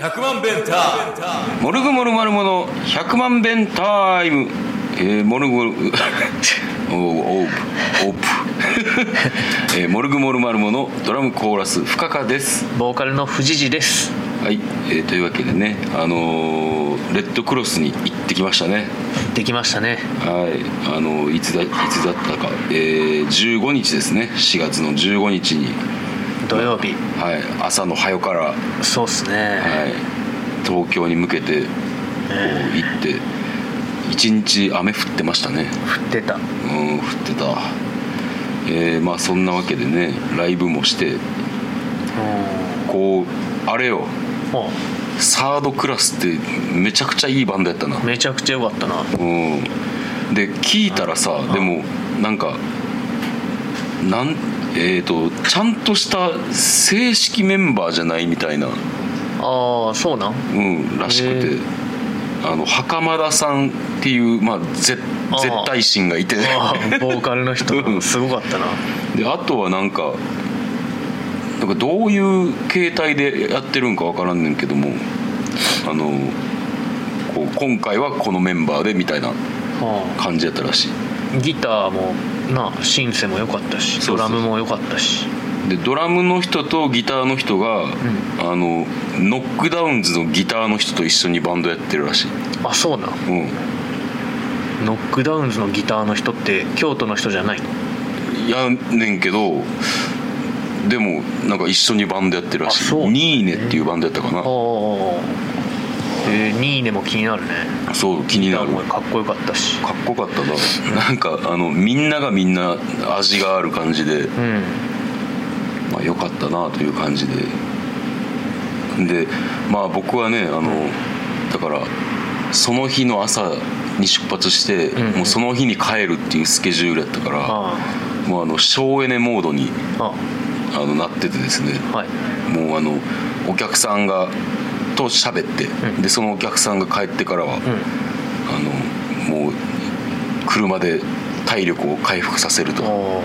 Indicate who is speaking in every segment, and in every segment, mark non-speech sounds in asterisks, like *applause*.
Speaker 1: 100万弁タ
Speaker 2: モルグモルマルモの100万弁タイム、えー、モルグモ *laughs* ルおうおうおうぷ *laughs* えーモルグモルマルモのドラムコーラス深川です
Speaker 3: ボーカルの藤次です
Speaker 2: はい、えーというわけでねあのーレッドクロスに行ってきましたね
Speaker 3: できましたね
Speaker 2: はいあのーいつだいつだったか、えー15日ですね4月の15日に、
Speaker 3: 土曜日
Speaker 2: はい、朝の早から
Speaker 3: そうっすね、
Speaker 2: はい、東京に向けてこう行って一日雨降ってましたね
Speaker 3: 振ってた
Speaker 2: うん降ってたえーまあそんなわけでねライブもしてこうあれよ
Speaker 3: も
Speaker 2: サードクラスってめちゃくちゃいいバンドやったな
Speaker 3: うめちゃくちゃ良かったな
Speaker 2: うんで聞いたらさでもなんかなんえっ、とちゃんとした正式メンバーじゃないみたいな
Speaker 3: ああそうなん
Speaker 2: うん、らしく
Speaker 3: へ
Speaker 2: て
Speaker 3: え
Speaker 2: あの袴田さんっていう、まあ、ぜ
Speaker 3: ああ
Speaker 2: 絶対心がいて
Speaker 3: あ
Speaker 2: *laughs*
Speaker 3: ーボーカルの人
Speaker 2: うん
Speaker 3: すごかったな
Speaker 2: であとはなんかなんかどういう形態でやってるんか分からんねんけどもあのこう今回はこのメンバーでみたいな
Speaker 3: は
Speaker 2: 感じやったらしい
Speaker 3: あギターもなシンセも良かった
Speaker 2: そ
Speaker 3: し
Speaker 2: うそう
Speaker 3: ドラムも良かったし
Speaker 2: でドラムの人とギターの人が、あのノックダウンズのギターの人と一緒にバンドやってるらしい、
Speaker 3: あそうなん
Speaker 2: うん、
Speaker 3: ノックダウンズのギターの人って京都の人じゃないの
Speaker 2: やねんけどでもなんか一緒にバンドやってるらし
Speaker 3: あ
Speaker 2: い
Speaker 3: そう
Speaker 2: ニーネっていうバンドやったかな
Speaker 3: ああえー、ニーネも気になるね
Speaker 2: そう気になる
Speaker 3: もうかっこよかったし
Speaker 2: かっこよかったななんかあのみんながみんな味がある感じで、
Speaker 3: うん
Speaker 2: まあ、よかったなという感じででまあ僕はねあのだからその日の朝に出発して、
Speaker 3: んうん
Speaker 2: もうその日に帰るっていうスケジュールやったから、
Speaker 3: あ
Speaker 2: もうあの省エネモードに
Speaker 3: ああ
Speaker 2: あのなっててですね
Speaker 3: あはい
Speaker 2: もうあのお客さんがと喋って、
Speaker 3: うん
Speaker 2: でそのお客さんが帰ってからは、
Speaker 3: う
Speaker 2: あのもう車で体力を回復させる
Speaker 3: ん
Speaker 2: と
Speaker 3: お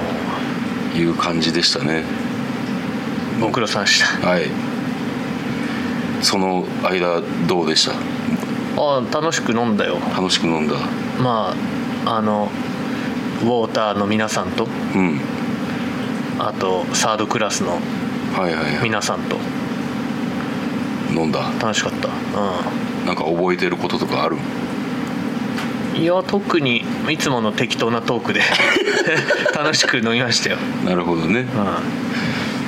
Speaker 3: ー
Speaker 2: いう感じでしたね
Speaker 3: ご苦労さんでした
Speaker 2: はいその間どうでした
Speaker 3: ああ楽しく飲んだよ
Speaker 2: 楽しく飲んだ
Speaker 3: まああのウォーターの皆さんと
Speaker 2: うん
Speaker 3: あとサードクラスの
Speaker 2: はいはいはい
Speaker 3: 皆さんと
Speaker 2: 飲んだ
Speaker 3: 楽しかったう
Speaker 2: なんか覚えてることとかある
Speaker 3: んいや特にいつもの適当なト *laughs* ークで楽しく飲みましたよ、
Speaker 2: なるほどね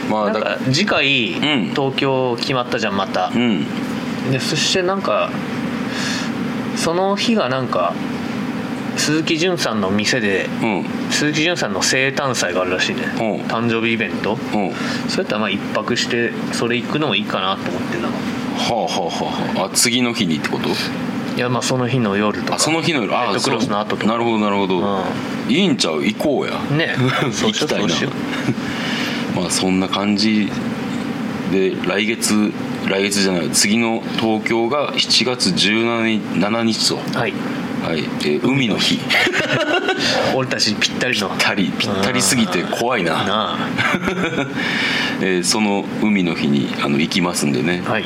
Speaker 3: うん、
Speaker 2: まあ
Speaker 3: なん
Speaker 2: だ
Speaker 3: か次回、
Speaker 2: ん
Speaker 3: 東京決まったじゃんまた
Speaker 2: う、ん
Speaker 3: でそしてなんかその日がなんか鈴木純さんの店で
Speaker 2: うん
Speaker 3: 鈴木純さんの生誕祭があるらしいね
Speaker 2: おう
Speaker 3: 誕生日イベント
Speaker 2: うんは
Speaker 3: そうやったらまあ一泊してそれ行くのもいいかなと思ってた
Speaker 2: あはあはあはああ次の日にってこと
Speaker 3: いやまあその日の夜とか
Speaker 2: あその日の夜あ
Speaker 3: レッドクロスの後と
Speaker 2: そう
Speaker 3: か
Speaker 2: なるほどなるほど、いいんちゃう行こうや
Speaker 3: う
Speaker 2: *laughs*
Speaker 3: んねそう
Speaker 2: 行
Speaker 3: し
Speaker 2: き
Speaker 3: よう
Speaker 2: たい
Speaker 3: そう
Speaker 2: な
Speaker 3: しよ
Speaker 2: まあそんな感じで来月来月じゃない次の東京が7月17日7日と、
Speaker 3: うはい
Speaker 2: はいえー海の日ぴっ
Speaker 3: 俺たちぴったりの
Speaker 2: たりぴったりすぎて怖いな
Speaker 3: なあ
Speaker 2: *laughs* えーその海の日にあの行きますんでね、
Speaker 3: はい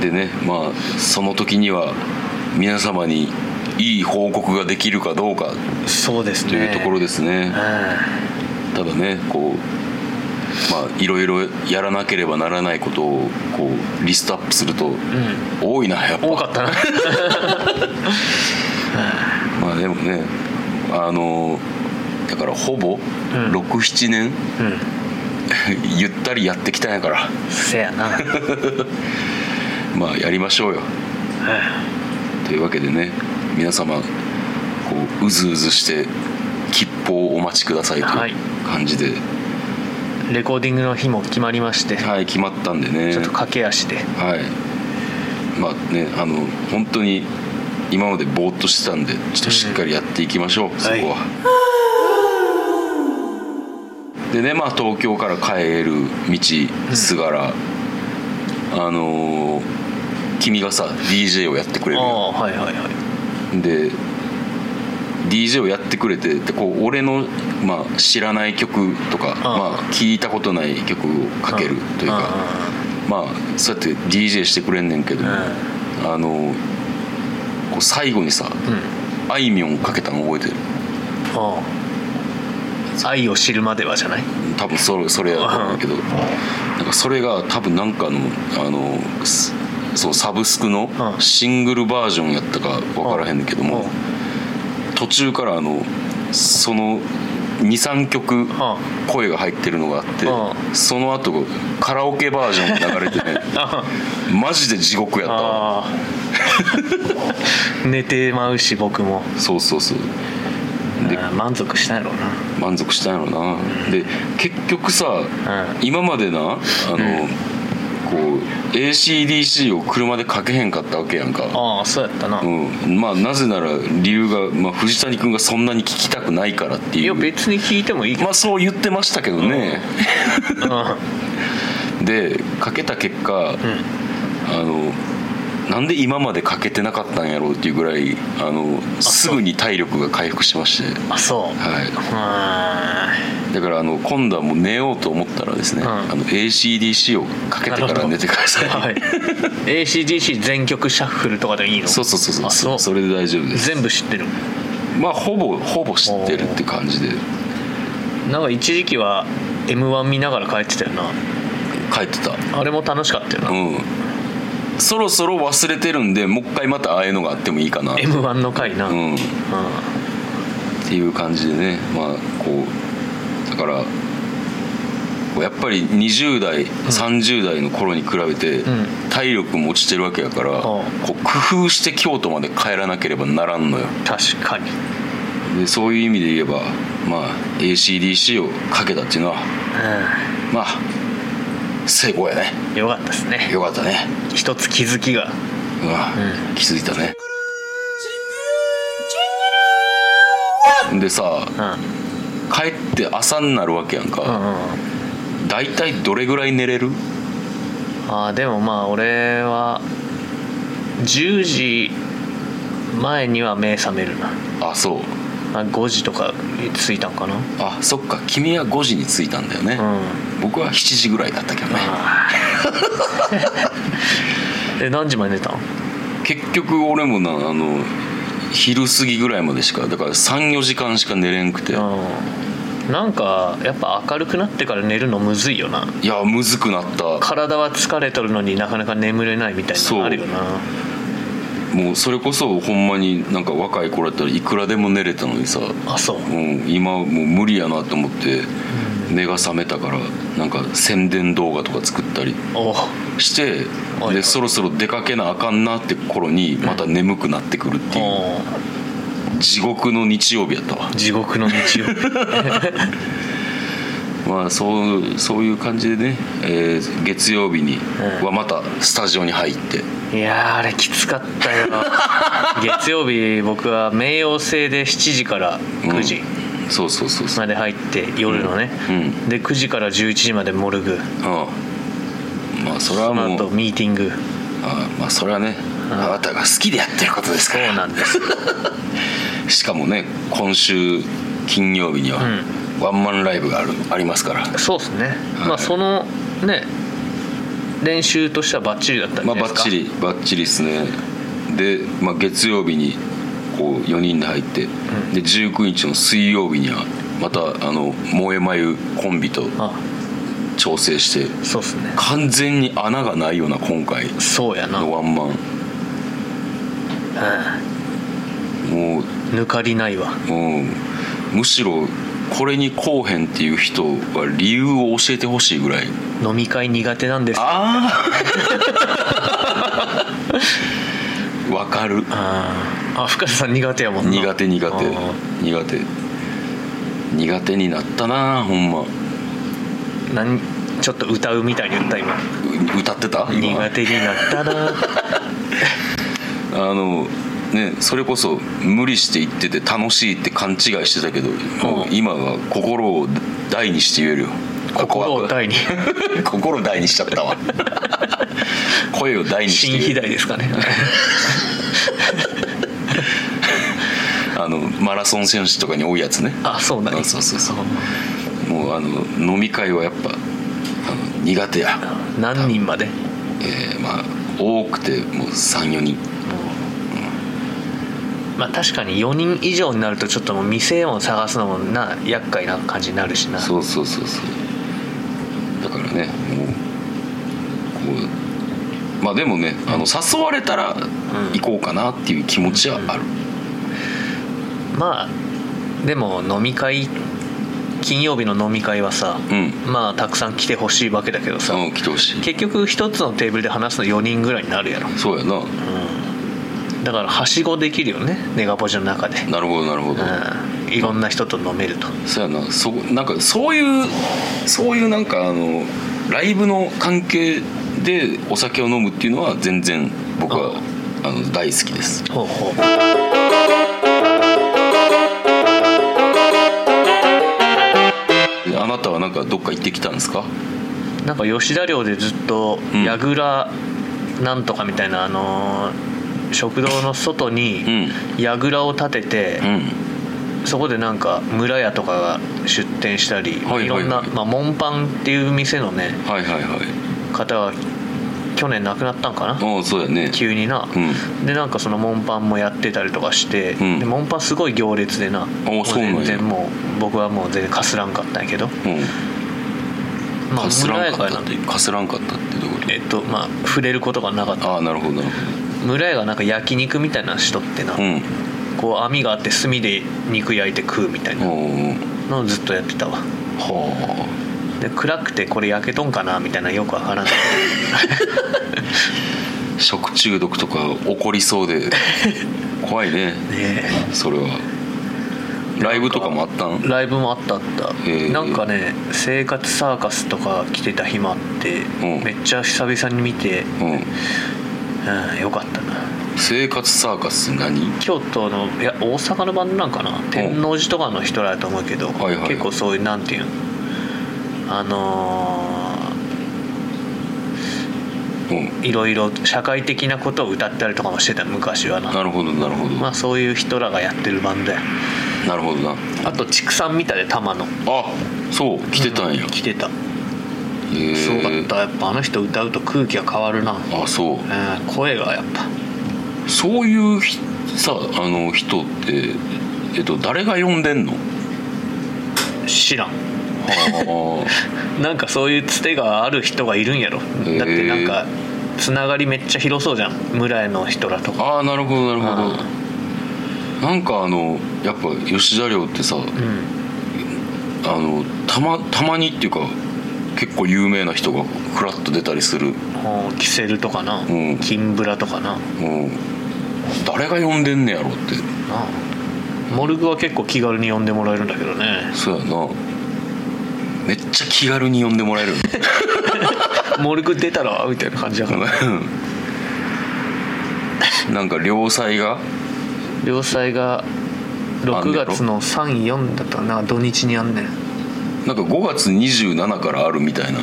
Speaker 2: でねまあその時には皆様にいい報告ができるかどうか
Speaker 3: そうですね
Speaker 2: というところ
Speaker 3: で
Speaker 2: ですねただねこうまあいろいろやらなければならないことをこうリストアップすると
Speaker 3: うん
Speaker 2: 多いなやっぱ、
Speaker 3: 多かったな
Speaker 2: まあでもねあのだからほぼ
Speaker 3: ん
Speaker 2: 67年、 *laughs*
Speaker 3: うん
Speaker 2: ゆったりやってきたんやから
Speaker 3: せや
Speaker 2: *laughs*
Speaker 3: な
Speaker 2: まあやりましょうよというわけでね皆様こううずうずして吉報をお待ちくださいと
Speaker 3: はいいう
Speaker 2: 感じで、
Speaker 3: レコーディングの日も決まりまして、
Speaker 2: はい、決まったんでね
Speaker 3: ちょっと駆け足で
Speaker 2: はいまあねあの本当に今までぼーっとしてたんでちょっとしっかりやっていきましょう、そこは、でねまあ東京から帰る道すがら、あのー君がさ DJ をやってくれ
Speaker 3: あ
Speaker 2: るやん
Speaker 3: あはいはいはい
Speaker 2: で DJ をやってくれてでこう俺の、まあ、知らない曲とか、まあ、聞いたことない曲をかけるというか、まあ、そうやって DJ してくれんねんけど、
Speaker 3: うん
Speaker 2: あのこう最後にさ、
Speaker 3: うんうん
Speaker 2: あいみょんかけたの覚えてる
Speaker 3: ああ愛を知るまではじゃない
Speaker 2: 多分それそれやと思うんだけどなんかそれが多分なんかのあのすそうサブスクの
Speaker 3: うん
Speaker 2: シングルバージョンやったか分からへんけども
Speaker 3: うん
Speaker 2: 途中からあのその23曲声が入ってるのがあっ
Speaker 3: う
Speaker 2: てその後カラオケバージョンが流れて
Speaker 3: *laughs*
Speaker 2: ね
Speaker 3: あ
Speaker 2: マジで地獄やったわ
Speaker 3: あ寝てまうし僕も
Speaker 2: そうそうそうで
Speaker 3: うん満足したやろう
Speaker 2: 満足したんやろなで結局さ
Speaker 3: な
Speaker 2: 今までなあの、こう ACDC を車でかけへんかったわけやんか、
Speaker 3: ああそうやったな、
Speaker 2: うんまあ、なぜなら理由が、まあ、藤谷君がそんなに聞きたくないからって
Speaker 3: い
Speaker 2: い
Speaker 3: や
Speaker 2: う
Speaker 3: 別に聞いてもいいけど
Speaker 2: まあそう言ってましたけどね、でかけた結果、
Speaker 3: うん
Speaker 2: あのなんで今までかけてなかったんやろうっていうぐらいあのすぐに体力が回復しまして、
Speaker 3: あそう
Speaker 2: はい、
Speaker 3: う
Speaker 2: だからあの今度はもう寝ようと思ったらですね、
Speaker 3: うん
Speaker 2: あの ACDC をかけてか
Speaker 3: なるほ
Speaker 2: ら
Speaker 3: ど
Speaker 2: 寝てくださ
Speaker 3: ーんはい ACDC 全曲シャッフルとかでいいの
Speaker 2: *laughs* そうそうそうそう
Speaker 3: あそう
Speaker 2: それで大丈夫です
Speaker 3: 全部知ってる
Speaker 2: まあほぼほぼ知ってるって感じで
Speaker 3: なんか一時期は m 1見ながら帰ってたよな
Speaker 2: 帰ってた
Speaker 3: あれも楽しかったよな、
Speaker 2: うんそろそろ忘れてるんでもう一回またああいうのがあってもいいかな
Speaker 3: m 1の回な、
Speaker 2: う
Speaker 3: うん
Speaker 2: んっていう感じでねまあこうだからこうやっぱり20代、30代の頃に比べて
Speaker 3: ん
Speaker 2: 体力も落ちてるわけやから、こう工夫して京都まで帰らなければならんのよ
Speaker 3: 確かに
Speaker 2: でそういう意味で言えばまあ ACDC をかけたっていうのはまあ成功やね
Speaker 3: うんよかったですね
Speaker 2: よかったね
Speaker 3: 一つ気づきが
Speaker 2: うわ、気づいたねでさ
Speaker 3: うんうん
Speaker 2: 帰って朝になるわけやん
Speaker 3: う
Speaker 2: か
Speaker 3: んうん
Speaker 2: 大体、どれぐらい寝れる
Speaker 3: あーでもまあ俺は10時前には目覚めるな
Speaker 2: あそう
Speaker 3: あ5時とかに着いたんかなうん
Speaker 2: あそっか君は5時に着いたんだよね、僕は7時ぐらいだったけどね
Speaker 3: あーえ何時まで寝たん
Speaker 2: 結局俺もなあの昼過ぎぐらいまでしかだから34時間しか寝れんくて
Speaker 3: うんなんかやっぱ明るくなってから寝るのむずいよない
Speaker 2: やむずくなった
Speaker 3: 体は疲れとるのになかなか眠れないみたいな
Speaker 2: そう
Speaker 3: のあるよな
Speaker 2: もうそれこそほんまになんか若い頃やったらいくらでも寝れたのにさ
Speaker 3: あそう
Speaker 2: うん、今もう無理やなと思って目が覚めたからなんか宣伝動画とか作ったり
Speaker 3: お
Speaker 2: して
Speaker 3: はいは
Speaker 2: で
Speaker 3: い
Speaker 2: そろそろ出かけなあかんなって頃にまた眠くなってくるっていう
Speaker 3: お
Speaker 2: 地獄の日曜日やったわ
Speaker 3: 地獄の道
Speaker 2: *laughs*
Speaker 3: を
Speaker 2: まあそうそういう感じでね、えー月曜日に
Speaker 3: うん
Speaker 2: はまたスタジオに入って
Speaker 3: いやーあれきつかった
Speaker 2: *laughs*
Speaker 3: よ月曜日僕は冥王星で7時から9時
Speaker 2: そうそうそうそう
Speaker 3: まで入って夜のね、
Speaker 2: うん
Speaker 3: で9時から11時までモルグ
Speaker 2: ああまあそれは
Speaker 3: その
Speaker 2: も
Speaker 3: 後
Speaker 2: う
Speaker 3: ミーティング
Speaker 2: ああまあそれはねあなたが好きでやってることですか
Speaker 3: そう
Speaker 2: ら
Speaker 3: なんです
Speaker 2: しかもね今週金曜日には
Speaker 3: う
Speaker 2: ワンマンライブがあるありますから、
Speaker 3: そうですね、
Speaker 2: はい
Speaker 3: まあそのね練習としてはバッチリだったんじ
Speaker 2: ま
Speaker 3: ゃ
Speaker 2: あ
Speaker 3: ない
Speaker 2: バ
Speaker 3: です
Speaker 2: ッ
Speaker 3: か、
Speaker 2: チリバッチリですねで、まあ、月曜日にこう4人で入って、で19日の水曜日にはまたあの萌え眉コンビと
Speaker 3: あ
Speaker 2: 調整して
Speaker 3: そうですね
Speaker 2: 完全に穴がないような今回
Speaker 3: そうやな、
Speaker 2: のワンマン
Speaker 3: う
Speaker 2: もう、
Speaker 3: ん、抜かりないわ
Speaker 2: もうむしろこれにこうへんっていう人は理由を教えてほしいぐらい
Speaker 3: 飲み会苦手なんです
Speaker 2: あ
Speaker 3: あ
Speaker 2: あ *laughs* わかる
Speaker 3: ああ深田さん苦手やもんな
Speaker 2: 苦手苦手
Speaker 3: あー
Speaker 2: 苦手苦手になったなほんまう
Speaker 3: 何ちょっと歌うみたいに言った今
Speaker 2: 歌ってた今
Speaker 3: 苦手になった
Speaker 2: *laughs*
Speaker 3: な
Speaker 2: あのねそれこそ無理して言ってて楽しいって勘違いしてたけど、もう今は心を大にして言えるよここは
Speaker 3: 心を大に
Speaker 2: *laughs* 心を大にしちゃったわ声を大にして
Speaker 3: 新
Speaker 2: 言える
Speaker 3: 肥大ですかね
Speaker 2: あのマラソン選手とかに多いやつね
Speaker 3: あそうなんや
Speaker 2: あそうそうそう
Speaker 3: あ
Speaker 2: もうあの飲み会はやっぱあの苦手や、
Speaker 3: 何人まで
Speaker 2: えーまあ多くてもう34人
Speaker 3: まあ確かに4人以上になるとちょっともう店を探すのもな厄介な感じになるしな
Speaker 2: そうそうそうそうだからねもうこうまあでもねあの誘われたら行こうかなっていう気持ちはある、
Speaker 3: まあでも飲み会金曜日の飲み会はさ、
Speaker 2: う
Speaker 3: まあたくさん来てほしいわけだけどさ、
Speaker 2: うん来てほしい
Speaker 3: 結局一つのテーブルで話すの4人ぐらいになるやろ、
Speaker 2: そうやな
Speaker 3: うん、だからはしごできるよねネガポジの中で、
Speaker 2: なるほどなるほど、
Speaker 3: うん、いろんな人と飲めると
Speaker 2: そうやなそなんかそういうそういうなんかあのライブの関係でお酒を飲むっていうのは全然僕はあの大好きです
Speaker 3: ほうほう
Speaker 2: であなたはなんかどっか行ってきたんですか
Speaker 3: なんか吉田寮でずっと
Speaker 2: うん
Speaker 3: やぐらなんとかみたいな、あのー食堂の外にやぐらを建てて、
Speaker 2: うん
Speaker 3: そこでなんか村屋とかが出店したり、
Speaker 2: はいはいはい
Speaker 3: いろんな、まあ、モンパンっていう店のね
Speaker 2: はいはいはい
Speaker 3: 方が去年亡くなったんかな
Speaker 2: ああそうやね
Speaker 3: 急に
Speaker 2: う
Speaker 3: な、でなんかそのモンパンもやってたりとかして、
Speaker 2: うん
Speaker 3: でモンパンすごい行列でなもう
Speaker 2: そうなんや
Speaker 3: 全然もう僕はもう全然かすらんかったんやけど、
Speaker 2: うん
Speaker 3: まあ、
Speaker 2: かす
Speaker 3: 村
Speaker 2: ら
Speaker 3: 屋
Speaker 2: んか
Speaker 3: が
Speaker 2: った
Speaker 3: な
Speaker 2: ってかすらんかったってどういうこと
Speaker 3: えっとまあ触れることがなかった
Speaker 2: ああなるほどなる
Speaker 3: 村屋がなんか焼肉みたいなのしとってな、
Speaker 2: ほどうん
Speaker 3: こう網があって炭で肉焼いて食うみたいな
Speaker 2: おー
Speaker 3: のをずっとやってたわ
Speaker 2: は
Speaker 3: で暗くてこれ焼けとんかなみたいなのよくわから
Speaker 2: *laughs*
Speaker 3: ない
Speaker 2: あ食中毒とか起こりそう *laughs* で怖いね
Speaker 3: ね
Speaker 2: それはライブとかもあったん
Speaker 3: えライブもあったあった
Speaker 2: へえ
Speaker 3: なんかね生活サーカスとか来てた日もあって
Speaker 2: うん
Speaker 3: めっちゃ久々に見て、
Speaker 2: うん
Speaker 3: うん、よかったな
Speaker 2: 生活サーカス何
Speaker 3: 京都のいや大阪のバンドなんかな天王寺とかの人らだと思うけど、
Speaker 2: はいはい
Speaker 3: 結構そういうなんていうのあの
Speaker 2: うん
Speaker 3: ーいろいろ社会的なことを歌ったりとかもしてた昔はな
Speaker 2: なるほどなるほど、
Speaker 3: まあそういう人らがやってるバンドや
Speaker 2: なるほどな
Speaker 3: あと畜産見たで玉野
Speaker 2: あそう来てたんや、
Speaker 3: 来てた
Speaker 2: へえ
Speaker 3: すごかったやっぱあの人歌うと空気が変わるな、
Speaker 2: あそう
Speaker 3: うん声がやっぱ
Speaker 2: そういうひさあの人ってえっと誰が呼んでんの
Speaker 3: 知らん
Speaker 2: あ
Speaker 3: なんかそういうつてがある人がいるんやろだ
Speaker 2: へえ
Speaker 3: ってなんかつながりめっちゃ広そうじゃん村への人らと
Speaker 2: ー
Speaker 3: か
Speaker 2: あーなるほどなるほど
Speaker 3: あ
Speaker 2: なんかあのやっぱ吉田寮ってさ
Speaker 3: うん
Speaker 2: あのたまたまにっていうか結構有名な人がフラッと出たりする
Speaker 3: もうキセルとかな、
Speaker 2: ん
Speaker 3: 金ブラとかなな
Speaker 2: もう誰が呼んでんねやろって
Speaker 3: あモルグは結構気軽に呼んでもらえるんだけどね
Speaker 2: そうやなめっちゃ気軽に呼んでもらえる *laughs* よね
Speaker 3: モルグ出たらみたいな感じだから
Speaker 2: うんなんか両妻が
Speaker 3: 両祭が6月の34だったかな土日にあんねん
Speaker 2: なんか5月27からあるみたいな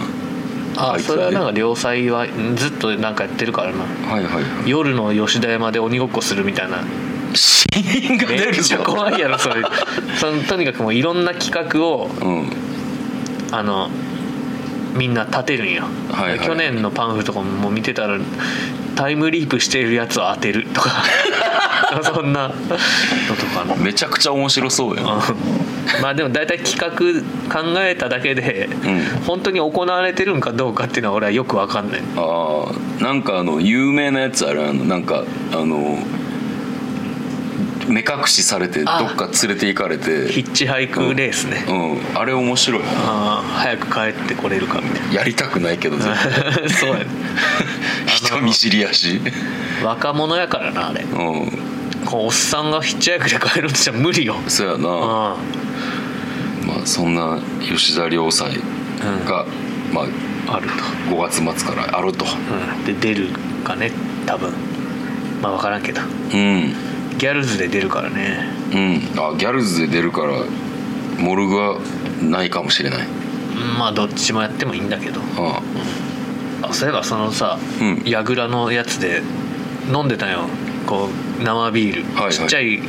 Speaker 3: あ
Speaker 2: あいつね
Speaker 3: それはなんか両祭はんずっとなんかやってるからな
Speaker 2: はいはいは
Speaker 3: 夜の吉田山で鬼ごっこするみたいない
Speaker 2: 死因が
Speaker 3: め
Speaker 2: 出
Speaker 3: っ
Speaker 2: る
Speaker 3: ち
Speaker 2: ぞ
Speaker 3: ゃ怖いやろそれそのとにかくもういろんな企画を
Speaker 2: うん
Speaker 3: あのみんな立てるんよ、
Speaker 2: はいはい
Speaker 3: 去年のパンフとかももう見てたらタイムリープしてるやつを当てる *laughs* とかそんなのとかな
Speaker 2: めちゃくちゃ面白そうやん
Speaker 3: うんまあでも大体企画考えただけで、
Speaker 2: ん
Speaker 3: 本当に行われてるんかどうかっていうのは俺はよくわかんない
Speaker 2: あーなんかあの有名なやつあるあのなんかあの目隠しされてど
Speaker 3: あ
Speaker 2: っか連れて行かれ
Speaker 3: ヒ
Speaker 2: て
Speaker 3: ッチハイクレースね、
Speaker 2: うんあれ面白いな
Speaker 3: ああ早く帰ってこれるかみたい
Speaker 2: やりたくないけ
Speaker 3: *laughs*
Speaker 2: ど絶対 *laughs*
Speaker 3: なそうやね
Speaker 2: 人見知りやし
Speaker 3: 若者やからなあれ
Speaker 2: うん
Speaker 3: こうおっさんがヒッチハイクで帰るんじゃ無理よ
Speaker 2: そうやな
Speaker 3: うんは
Speaker 2: まあ、そんな吉田良妻が、まあ、
Speaker 3: あると
Speaker 2: 5月末からあると
Speaker 3: うんで出るかね多分まあ分からんけど
Speaker 2: うん
Speaker 3: ギャルズで出るからね
Speaker 2: うんあギャルズで出るからモルグはないかもしれない
Speaker 3: まあどっちもやってもいいんだけど
Speaker 2: あ
Speaker 3: あそういえばそのさ
Speaker 2: うん
Speaker 3: 櫓、のやつで飲んでたよこう生ビール、
Speaker 2: はいはい
Speaker 3: ちっちゃい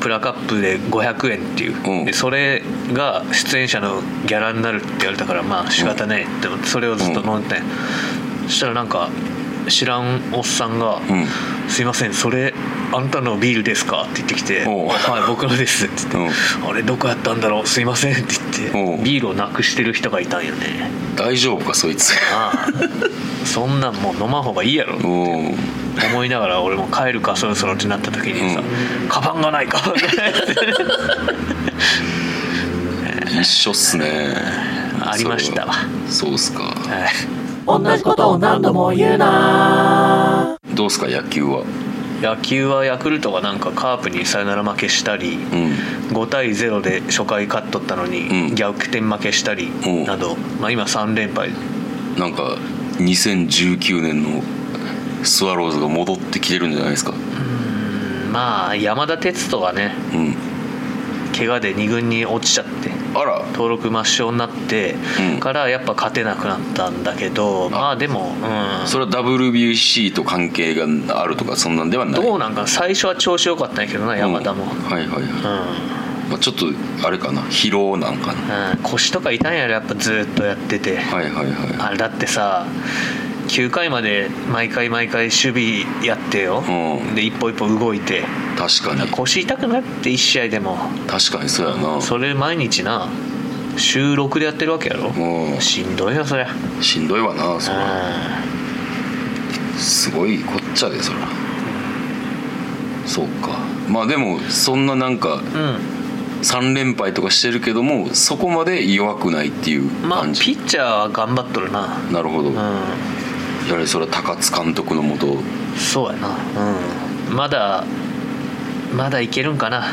Speaker 3: プラカップで500円っていう、
Speaker 2: うん
Speaker 3: でそれが出演者のギャラになるって言われたからまあ仕方ねえって思ってそれをずっと飲んで、そしたらなんか知らんおっさんが「
Speaker 2: ん
Speaker 3: すいませんそれあんたのビールですか?」って言ってきて「
Speaker 2: おう
Speaker 3: はい僕のです」って言って「あれどこやったんだろうすいません」って言
Speaker 2: お
Speaker 3: っ
Speaker 2: う
Speaker 3: てビールをなくしてる人がいたんよね
Speaker 2: 大丈夫かそい
Speaker 3: *laughs*
Speaker 2: つ
Speaker 3: ああそんなんもう飲まん方がいいやろ
Speaker 2: おー
Speaker 3: 思いながら俺も帰るかそろそろってなった時にさ「カバンがないか」
Speaker 2: 一緒っすね
Speaker 3: *laughs* ありましたわ
Speaker 2: そうそうっすか
Speaker 3: はい
Speaker 4: 同じことを何度も言うな
Speaker 2: どうっすか野球は
Speaker 3: 野球はヤクルトがなんかカープにサヨナラ負けしたり、
Speaker 2: うん
Speaker 3: 5対0で初回勝っとったのに、
Speaker 2: うん
Speaker 3: 逆転負けしたり
Speaker 2: おう
Speaker 3: など、まあ、今3連敗
Speaker 2: なんか2019年のスワローズが戻ってきてるんじゃないですか
Speaker 3: まあ山田哲人がね
Speaker 2: うん
Speaker 3: 怪我で2軍に落ちちゃって
Speaker 2: あら
Speaker 3: 登録抹消になって
Speaker 2: うん
Speaker 3: からやっぱ勝てなくなったんだけど、まあでも、うん、
Speaker 2: それは WBC と関係があるとかそんなんではない
Speaker 3: どうなんかな最初は調子良かったんやけどな山田も、
Speaker 2: う
Speaker 3: うんん
Speaker 2: はいはいはい、まあ、ちょっとあれかな疲労なんかな
Speaker 3: うん腰とか痛いんやろやっぱずっとやってて、
Speaker 2: はいはいは
Speaker 3: あれだってさ9回まで毎回毎回守備やってよ、
Speaker 2: うん
Speaker 3: で一歩一歩動いて
Speaker 2: い確かに
Speaker 3: 腰痛くなって1試合でも
Speaker 2: 確かにそうやな
Speaker 3: それ毎日な収録でやってるわけやろ
Speaker 2: も
Speaker 3: しんどいよそりゃ
Speaker 2: うしんどいわなそら
Speaker 3: う
Speaker 2: すごいこっちゃでそらそうかまあでもそんななんか
Speaker 3: ん、
Speaker 2: 3連敗とかしてるけどもそこまで弱くないっていう
Speaker 3: まあ
Speaker 2: 感
Speaker 3: ピ
Speaker 2: じ、
Speaker 3: ッチャーは頑張っとるな
Speaker 2: なるほど、や
Speaker 3: う
Speaker 2: はりそれは高津監督のもと
Speaker 3: んそうやなうんまだまだいけるんかな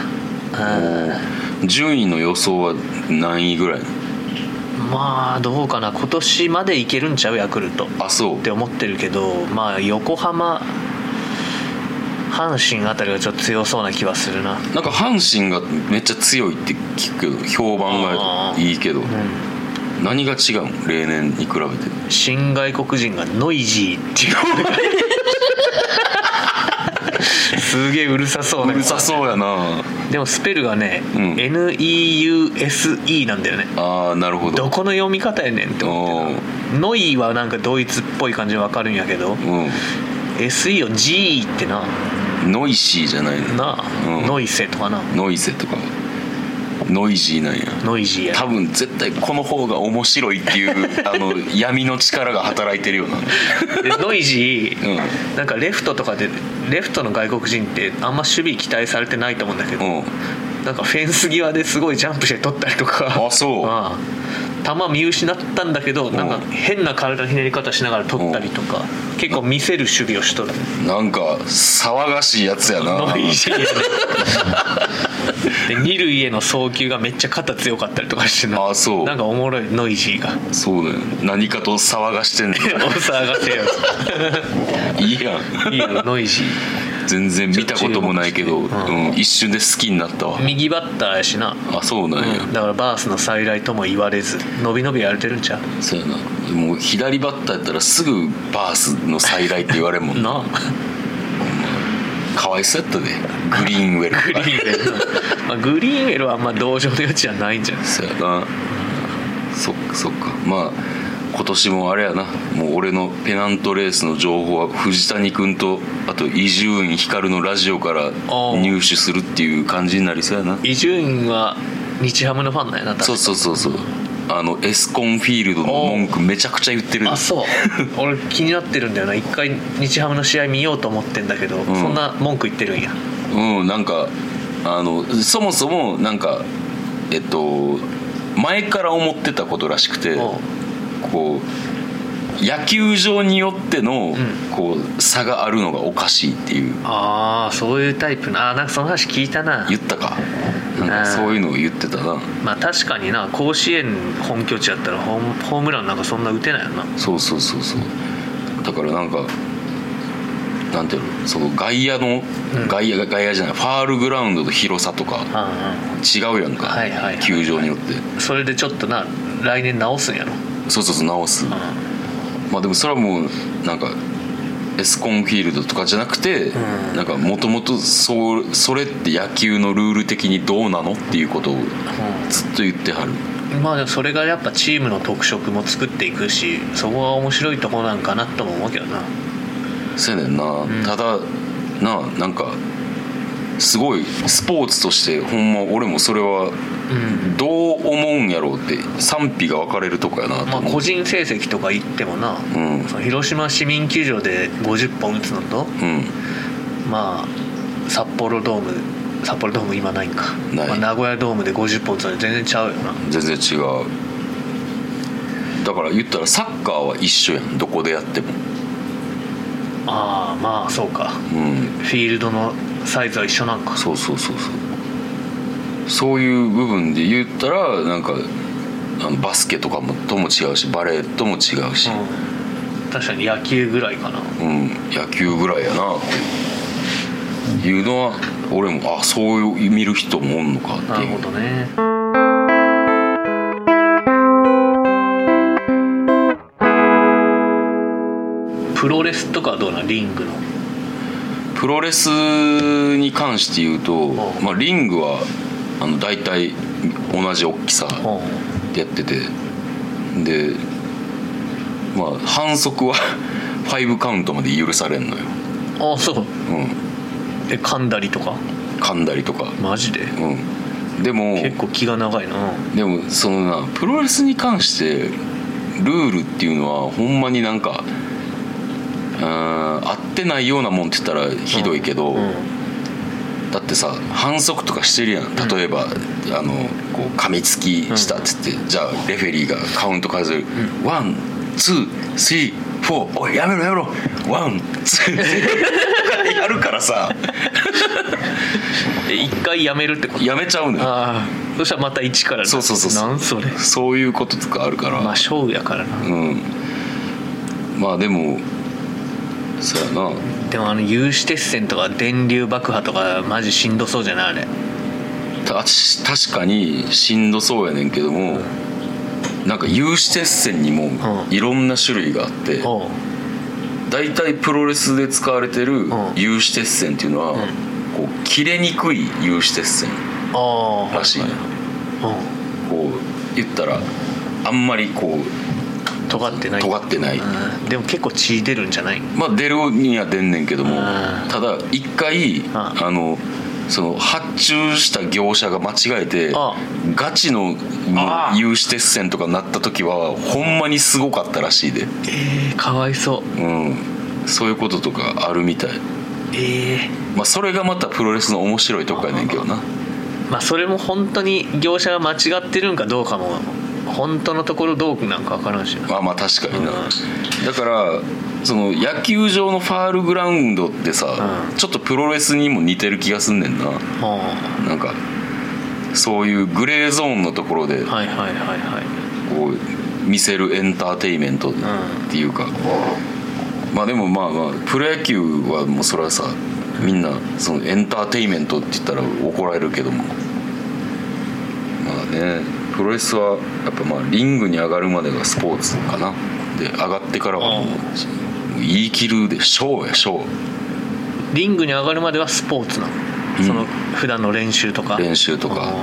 Speaker 3: う
Speaker 2: 順位の予想は何位ぐらいなの
Speaker 3: んまあどうかな今年までいけるんちゃうヤクルト
Speaker 2: あそう
Speaker 3: って思ってるけどまあ横浜阪神あたりがちょっと強そうな気はするな
Speaker 2: なんか阪神がめっちゃ強いって聞くけど評判がいいけど、
Speaker 3: うん
Speaker 2: 何が違うの例年に比べて
Speaker 3: 新外国人がノイジーっていうすげえうるさそう
Speaker 2: う
Speaker 3: な
Speaker 2: るさそうやな
Speaker 3: でもスペルがね、
Speaker 2: うん
Speaker 3: NEUSE なんだよね
Speaker 2: あーなるほど
Speaker 3: どこの読み方やねんって思ってたノイはなんかドイツっぽい感じわかるんやけど
Speaker 2: う
Speaker 3: SE を G ってなん
Speaker 2: ノイシーじゃないの
Speaker 3: なあ、
Speaker 2: うん
Speaker 3: ノイセとかな
Speaker 2: ノイゼとかノイジーなんや
Speaker 3: ノイジーや
Speaker 2: 多分絶対この方が面白いっていう
Speaker 3: *laughs*
Speaker 2: あの闇の力が働いてるような
Speaker 3: でノイジー、
Speaker 2: う
Speaker 3: なんかレフトとかでレフトの外国人ってあんま守備期待されてないと思うんだけど、
Speaker 2: うん
Speaker 3: なんかフェンス際ですごいジャンプして取ったりとか
Speaker 2: あそう
Speaker 3: あ球見失ったんだけどなんか変な体のひねり方しながら取ったりとか結構見せる守備をしとる
Speaker 2: なんか騒がしいやつやな
Speaker 3: ノイジ
Speaker 2: *laughs*
Speaker 3: ーやねで二塁への送球がめっちゃ肩強かったりとかしてな
Speaker 2: あそう
Speaker 3: なんかおもろいノイジーが
Speaker 2: *laughs* そうだよ何かと騒がしてん
Speaker 3: *laughs*
Speaker 2: の
Speaker 3: お騒がせよ
Speaker 2: いいやん
Speaker 3: いいよノイジー
Speaker 2: 全然見たこともないけど、
Speaker 3: ちょっと注目して
Speaker 2: うん一瞬で好きになったわ
Speaker 3: 右バッターやしな
Speaker 2: あそうなんや、
Speaker 3: だからバースの再来とも言われず伸び伸びやれてるんちゃ
Speaker 2: そうやなもう左バッターやったらすぐバースの再来って言われるも
Speaker 3: うん
Speaker 2: な
Speaker 3: なあ
Speaker 2: かわいそうやったで *laughs* グリーンウェル
Speaker 3: グリーンウェルの、まあ、グリーンウェルはあんま同情の余地はないんじゃない
Speaker 2: そうやなそっかそっかまあ今年もあれやなもう俺のペナントレースの情報は藤谷君とあと伊集院光のラジオから
Speaker 3: ー
Speaker 2: 入手するっていう感じになりそうやな
Speaker 3: 伊集院は日ハムのファンなんやな多分
Speaker 2: そうそうそうそうあのエスコンフィールドの文句めちゃくちゃ言ってる
Speaker 3: あそう *laughs* 俺気になってるんだよな一回日ハムの試合見ようと思ってんだけど、
Speaker 2: ん
Speaker 3: そんな文句言ってるんや
Speaker 2: うんなんかあのそもそもなんかえっと前から思ってたことらしくて
Speaker 3: おう
Speaker 2: こう野球場によっての
Speaker 3: ん
Speaker 2: こう差があるのがおかしいっていう
Speaker 3: ああそういうタイプなあーなんかその話聞いたな
Speaker 2: 言ったかなんかそういうのを言ってたな
Speaker 3: まあ確かにな甲子園本拠地やったらホームホームランなんかそんな打てないよな
Speaker 2: そうそうそうそうだからなんかなんていうのその外野の
Speaker 3: うん
Speaker 2: 外野が外野じゃないファールグラウンドの広さとか
Speaker 3: うん
Speaker 2: 違うやんか
Speaker 3: はいはいはい
Speaker 2: 球場によって
Speaker 3: うんそれでちょっとな来年直すんやろ
Speaker 2: そうそうそう直す
Speaker 3: うん
Speaker 2: まあでもそれはもうなんかエスコンフィールドとかじゃなくて、なんかもともとそそれって野球のルール的にどうなのっていうことをずっと言ってはる
Speaker 3: まあでもそれがやっぱチームの特色も作っていくしそこが面白いところなんかなとも思うけどな
Speaker 2: そうやねんな、
Speaker 3: ん
Speaker 2: ただななんかすごいスポーツとしてほんま俺もそれは
Speaker 3: うん
Speaker 2: どう思うんやろうって賛否が分かれるとこやなと
Speaker 3: まあ
Speaker 2: 思う、
Speaker 3: 個人成績とか言ってもな、
Speaker 2: うん
Speaker 3: その広島市民球場で50本打つのと
Speaker 2: うん
Speaker 3: まあ札幌ドーム札幌ドーム今ないんか
Speaker 2: ない
Speaker 3: まあ、名古屋ドームで50本打つの全然ちゃうよな
Speaker 2: 全然違うだから言ったらサッカーは一緒やんどこでやっても
Speaker 3: ああまあそうか
Speaker 2: うん
Speaker 3: フィールドのサイズは一緒なんか
Speaker 2: そうそうそうそうそういう部分で言ったらなんかあのバスケとかもとも違うしバレーとも違うし、
Speaker 3: うん、確かに野球ぐらいかな
Speaker 2: うん、野球ぐらいやなっていうのは俺もあそういう見る人もおんのかって
Speaker 3: なる
Speaker 2: い
Speaker 3: ほ
Speaker 2: う
Speaker 3: どねプロレスとかはどうなんリングの
Speaker 2: プロレスに関して言うと、
Speaker 3: ん
Speaker 2: まあ、リングはあの大体同じ大きさ
Speaker 3: う
Speaker 2: でやっててでまあ反則は *laughs* 5カウントまで許されんのよ、
Speaker 3: んあそう
Speaker 2: う
Speaker 3: え噛んだりとか
Speaker 2: ん、噛んだりとか、
Speaker 3: マジで
Speaker 2: うん、でも
Speaker 3: 結構気が長いな
Speaker 2: でもそのなプロレスに関してルールっていうのはほんまになんかうーん合ってないようなもんって言ったらひどいけど、
Speaker 3: うん
Speaker 2: だってさ反則とかしてるやん例えば、あのこう噛みつきしたっつって、じゃあレフェリーがカウント数える、ワンツースリーフォーおいやめろやめろワンツースリー *laughs* やるから
Speaker 3: *laughs*
Speaker 2: さ
Speaker 3: え一回やめるってこと
Speaker 2: やめちゃうのよ
Speaker 3: ああそしたらまた一からだ
Speaker 2: そうそうそうそう
Speaker 3: なんそれ
Speaker 2: そういうこととかあるから、
Speaker 3: まあ勝負やからな
Speaker 2: うんまあでもそうやな
Speaker 3: でもあの有刺鉄線とか電流爆破とかマジしんどそうじゃないあれ
Speaker 2: た確かにしんどそうやねんけども、なんか有刺鉄線にも
Speaker 3: うん
Speaker 2: いろんな種類があって、
Speaker 3: おう
Speaker 2: 大体プロレスで使われてる
Speaker 3: ん
Speaker 2: 有刺鉄線っていうのは、
Speaker 3: ん
Speaker 2: こう切れにくい有刺鉄線
Speaker 3: ああ
Speaker 2: らしい、
Speaker 3: う
Speaker 2: こう言ったらあんまりこうん
Speaker 3: 尖ってない
Speaker 2: 尖ってない、
Speaker 3: うんでも結構血出るんじゃない
Speaker 2: まあ出るには出んねんけども
Speaker 3: うん
Speaker 2: ただ一回
Speaker 3: ん
Speaker 2: あのその発注した業者が間違えて
Speaker 3: ん
Speaker 2: ガチのもう
Speaker 3: あー
Speaker 2: 有刺鉄線とかなった時はほんまにすごかったらしいで、
Speaker 3: えー、かわいそう
Speaker 2: うん、そういうこととかあるみたい、
Speaker 3: ええ
Speaker 2: まあ、それがまたプロレスの面白いとこやねんけどな
Speaker 3: まあそれも本当に業者が間違ってるんかどうかも本当のところどうなんか分からんしな
Speaker 2: まあまあ確かにな、
Speaker 3: うん
Speaker 2: だからその野球場のファールグラウンドってさ、
Speaker 3: うん
Speaker 2: ちょっとプロレスにも似てる気がすんねんな
Speaker 3: は
Speaker 2: なんかそういうグレーゾーンのところで
Speaker 3: あはいはいはいはい
Speaker 2: こう見せるエンターテインメントっていうか、まあでもまあまあプロ野球はもうそれはさみんなそのエンターテインメントって言ったら怒られるけどもまあねプロレスはやっぱまあリングに上がるまでがスポーツかなで上がってからはもう言い切るでしょうやしょう
Speaker 3: リングに上がるまではスポーツなの、
Speaker 2: うん
Speaker 3: その普段の練習とか
Speaker 2: 練習とか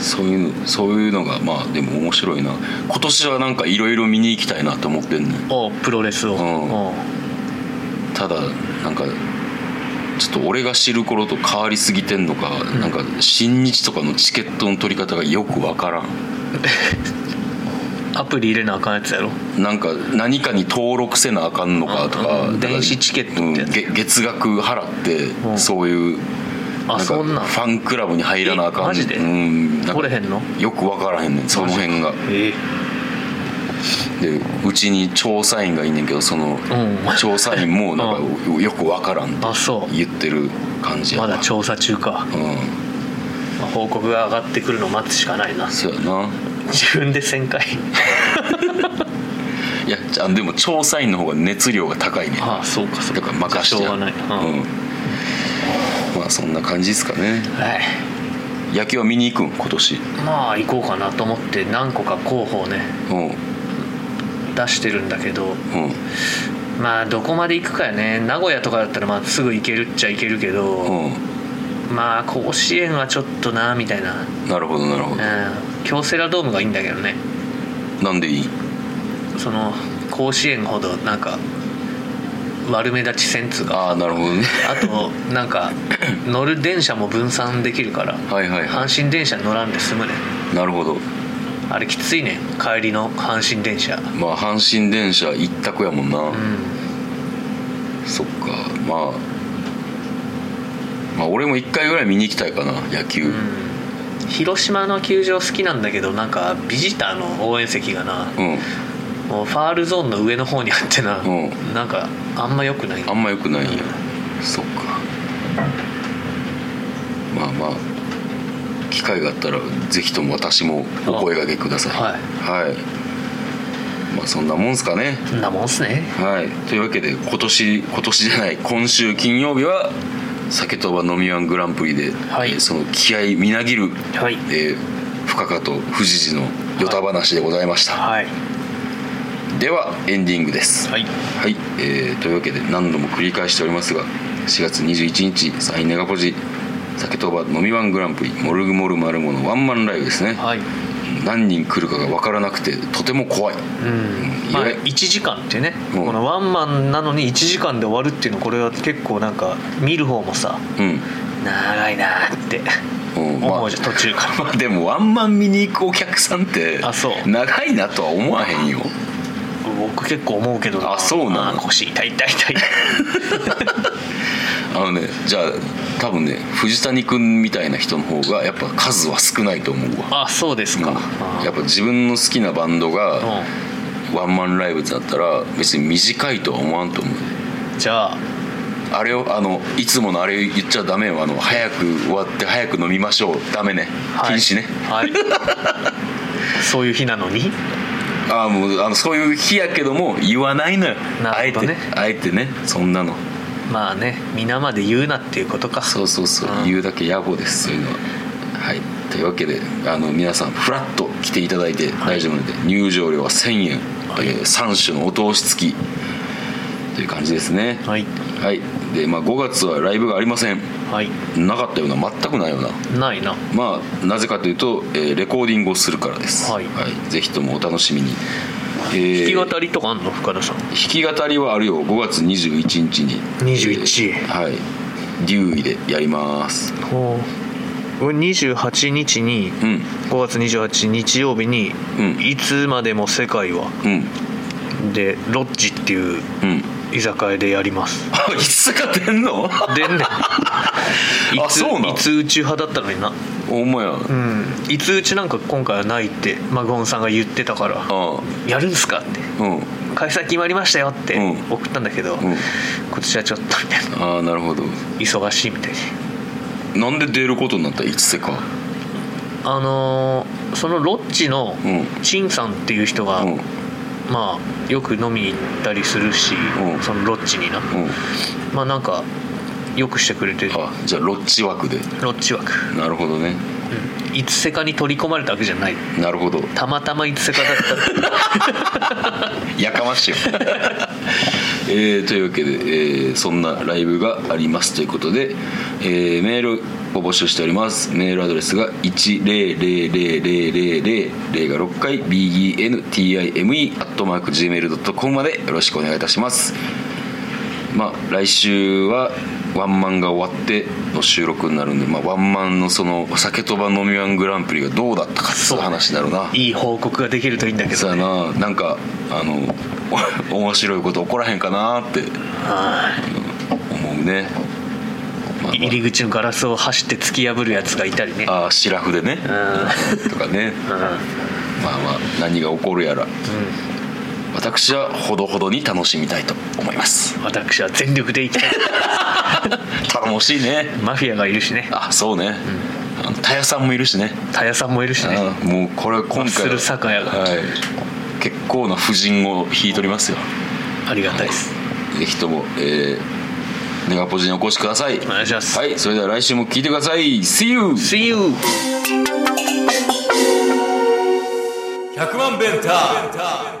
Speaker 2: そういうのそういうのがまあでも面白いな今年はなんかいろいろ見に行きたいなと思ってんねん
Speaker 3: をプロレスを、
Speaker 2: ん
Speaker 3: おう
Speaker 2: ただなんかちょっと俺が知る頃と変わりすぎてんのか、なんか新日とかのチケットの取り方がよくわからん
Speaker 3: アプリ入れなあかんやつやろ
Speaker 2: なんか何かに登録せなあかんのかとか,、
Speaker 3: うん
Speaker 2: だから
Speaker 3: 電子チケットってやつ
Speaker 2: うんげ月額払って、
Speaker 3: うん
Speaker 2: そういう
Speaker 3: あ
Speaker 2: なんか
Speaker 3: そんなん
Speaker 2: ファンクラブに入らなあかん
Speaker 3: えマジで
Speaker 2: うんなんか
Speaker 3: 取れへんの
Speaker 2: よくわからへんねんその辺が
Speaker 3: ええ
Speaker 2: でうちに調査員がいんねんけどその、
Speaker 3: ん
Speaker 2: 調査員もなんかよくわからんって
Speaker 3: あそう
Speaker 2: 言ってる感じや
Speaker 3: ま
Speaker 2: な
Speaker 3: だ調査中か、
Speaker 2: うん
Speaker 3: まあ報告が上がってくるのを待つしかないな
Speaker 2: そうやな
Speaker 3: 自分で1000回
Speaker 2: いやじゃあでも調査員の方が熱量が高いね
Speaker 3: ああそうかそう
Speaker 2: だ
Speaker 3: か
Speaker 2: から任して
Speaker 3: しょ
Speaker 2: や
Speaker 3: うがない、うん
Speaker 2: うんまあそんな感じですかね
Speaker 3: はい
Speaker 2: 野球は見に行くん今年
Speaker 3: まあ行こうかなと思って何個か候補をね
Speaker 2: うん
Speaker 3: 出してるんだけど
Speaker 2: うん
Speaker 3: まあどこまで行くかよね名古屋とかだったらまあすぐ行けるっちゃ行けるけど、
Speaker 2: う
Speaker 3: まあ甲子園はちょっとなみたいな、
Speaker 2: んなるほどなるほど
Speaker 3: うん、京セラドームがいいんだけどね
Speaker 2: なんでいい
Speaker 3: その甲子園ほどなんか悪目立ちせんつうか
Speaker 2: ああなるほどね
Speaker 3: あとなんか乗る電車も分散できるから
Speaker 2: はいはいは
Speaker 3: 阪神電車乗らんで済むね
Speaker 2: いなるほど
Speaker 3: あれきついね帰りの阪神電車
Speaker 2: まあ阪神電車一択やもんな、
Speaker 3: うん
Speaker 2: そっかまあまあ俺も1回ぐらい見に行きたいかな野球、
Speaker 3: うん広島の球場好きなんだけどなんかビジターの応援席がな
Speaker 2: うん
Speaker 3: もうファールゾーンの上の方にあってな、
Speaker 2: うん
Speaker 3: なんかあんま良くない
Speaker 2: あんま良くないんやそっかまあまあ機会があったらぜひとも私もお声がけくださいはい、まあそんなもんすかね
Speaker 3: そんなもんっすね
Speaker 2: はいというわけで今年今年じゃない今週金曜日は酒とば飲みワングランプリで、
Speaker 3: はい
Speaker 2: えーその気合みなぎる、
Speaker 3: はい
Speaker 2: えー深川と富士寺の与た話でございました、
Speaker 3: はい
Speaker 2: ではエンディングです
Speaker 3: はい
Speaker 2: はい、えーというわけで何度も繰り返しておりますが4月21日サインネガポジ酒とば飲みワングランプリモルグモルマルモのワンマンライブですね、
Speaker 3: はい
Speaker 2: 何人来るかが分からなくてとても怖い
Speaker 3: うん
Speaker 2: 意
Speaker 3: まあ、
Speaker 2: 外
Speaker 3: 1時間ってね、
Speaker 2: うん
Speaker 3: このワンマンなのに1時間で終わるっていうのこれは結構なんか見る方もさ
Speaker 2: うん
Speaker 3: 長いなーって
Speaker 2: うんまあ
Speaker 3: 思うじゃん途中から
Speaker 2: まあでもワンマン見に行くお客さんって
Speaker 3: あそう
Speaker 2: 長いなとは思わへんよ
Speaker 3: 僕結構思うけど
Speaker 2: あそうなの
Speaker 3: あー腰痛い痛い痛い
Speaker 2: あのねじゃあ多分ね藤谷君みたいな人の方がやっぱ数は少ないと思うわ
Speaker 3: あそうですか、
Speaker 2: うん
Speaker 3: あ
Speaker 2: やっぱ自分の好きなバンドが
Speaker 3: ー
Speaker 2: ワンマンライブだったら別に短いとは思わんと思う
Speaker 3: うんじゃあ
Speaker 2: あれをあのいつものあれ言っちゃダメよあの早く終わって早く飲みましょうダメね、
Speaker 3: はい
Speaker 2: 禁止ね
Speaker 3: はいそういう日なのに
Speaker 2: ああもうあのそういう日やけども言わないのよ、
Speaker 3: な
Speaker 2: あえ
Speaker 3: るほど
Speaker 2: て
Speaker 3: ね
Speaker 2: あえてねそんなの
Speaker 3: まあね皆まで言うなっていうことか
Speaker 2: そうそうそう、
Speaker 3: うん
Speaker 2: 言うだけ野暮ですそういうのははいというわけであの皆さんフラッと来ていただいて大丈夫なので、入場料は1000円、えー3種のお通し付きという感じですね
Speaker 3: はい
Speaker 2: はい、で、まあ、5月はライブがありません
Speaker 3: はい
Speaker 2: なかったような全くないような
Speaker 3: ないな
Speaker 2: まあなぜかというと、えーレコーディングをするからです、
Speaker 3: はい
Speaker 2: ぜひともお楽しみに、え
Speaker 3: 弾き
Speaker 2: ー
Speaker 3: 語りとかあんの深田さん
Speaker 2: 弾き語りはあるよ5月21日に
Speaker 3: 21
Speaker 2: えーはい留意でやります
Speaker 3: ほう俺28日に、
Speaker 2: うん
Speaker 3: 5月28日曜日に「
Speaker 2: うん
Speaker 3: いつまでも世界は
Speaker 2: うん」
Speaker 3: でロッジっていう
Speaker 2: うん *laughs*
Speaker 3: 居酒屋でやります
Speaker 2: あいつが出んの
Speaker 3: で
Speaker 2: *laughs*
Speaker 3: ねいつ
Speaker 2: そうなん
Speaker 3: いつ宇宙派だったのにな
Speaker 2: ほんまや
Speaker 3: うんいつ宇宙なんか今回はないってマゴンさんが言ってたから
Speaker 2: あ
Speaker 3: やるんすかって
Speaker 2: あうん
Speaker 3: 開催決まりましたよって
Speaker 2: うん
Speaker 3: 送ったんだけど、
Speaker 2: ん
Speaker 3: 今年はちょっとみたいな
Speaker 2: ああなるほど
Speaker 3: 忙しいみたいで
Speaker 2: なんで出ることになったいつか
Speaker 3: あのーそのロッジの
Speaker 2: うん
Speaker 3: 陳さんっていう人が、
Speaker 2: うんうん
Speaker 3: まあよく飲みに行ったりするし、
Speaker 2: うん
Speaker 3: そのロッチにな、まあなんかよくしてくれてる
Speaker 2: あじゃあロッチ枠で
Speaker 3: ロッチ枠、
Speaker 2: なるほどね
Speaker 3: うんいつせかに取り込まれたわけじゃない
Speaker 2: なるほど
Speaker 3: たまたまいつせかだ
Speaker 2: *laughs*
Speaker 3: っ
Speaker 2: やかましいよ、 *laughs* えーというわけで、えーそんなライブがありますということで、えーメールを募集しておりますメールアドレスが1000000 0が6回 bentime.gmail.com までよろしくお願いいたしますまあ来週はワンマンが終わっての収録になるんで、まあ、ワンマンのその酒とば飲みワングランプリがどうだったかっていう話だろうな
Speaker 3: たいい報告ができるといいんだけ
Speaker 2: そう
Speaker 3: ど
Speaker 2: や
Speaker 3: ね
Speaker 2: ななんかあの *laughs* お面白いこと起こらへんかなって
Speaker 3: はい
Speaker 2: 思うね、まあまあ
Speaker 3: 入り口のガラスを走って突き破るやつがいたりね
Speaker 2: ああシラフでね
Speaker 3: うん
Speaker 2: とかねまあまあ何が起こるやら私はほどほどに楽しみたいと思います
Speaker 3: 私は全力で行きたい
Speaker 2: 楽しいね
Speaker 3: マフィアがいるしね
Speaker 2: あそうね、あのタヤさんもいるしね
Speaker 3: タヤさんもいるしね
Speaker 2: ああもうこれ今回は
Speaker 3: マッスル酒屋が
Speaker 2: はい、結構な布陣を引いとりますよ
Speaker 3: ありがたいです
Speaker 2: ぜひとも、えー、ネガポジにお越しください
Speaker 3: お願いします、
Speaker 2: はいそれでは来週も聞いてください See you!
Speaker 3: See you!
Speaker 1: 100万ベンター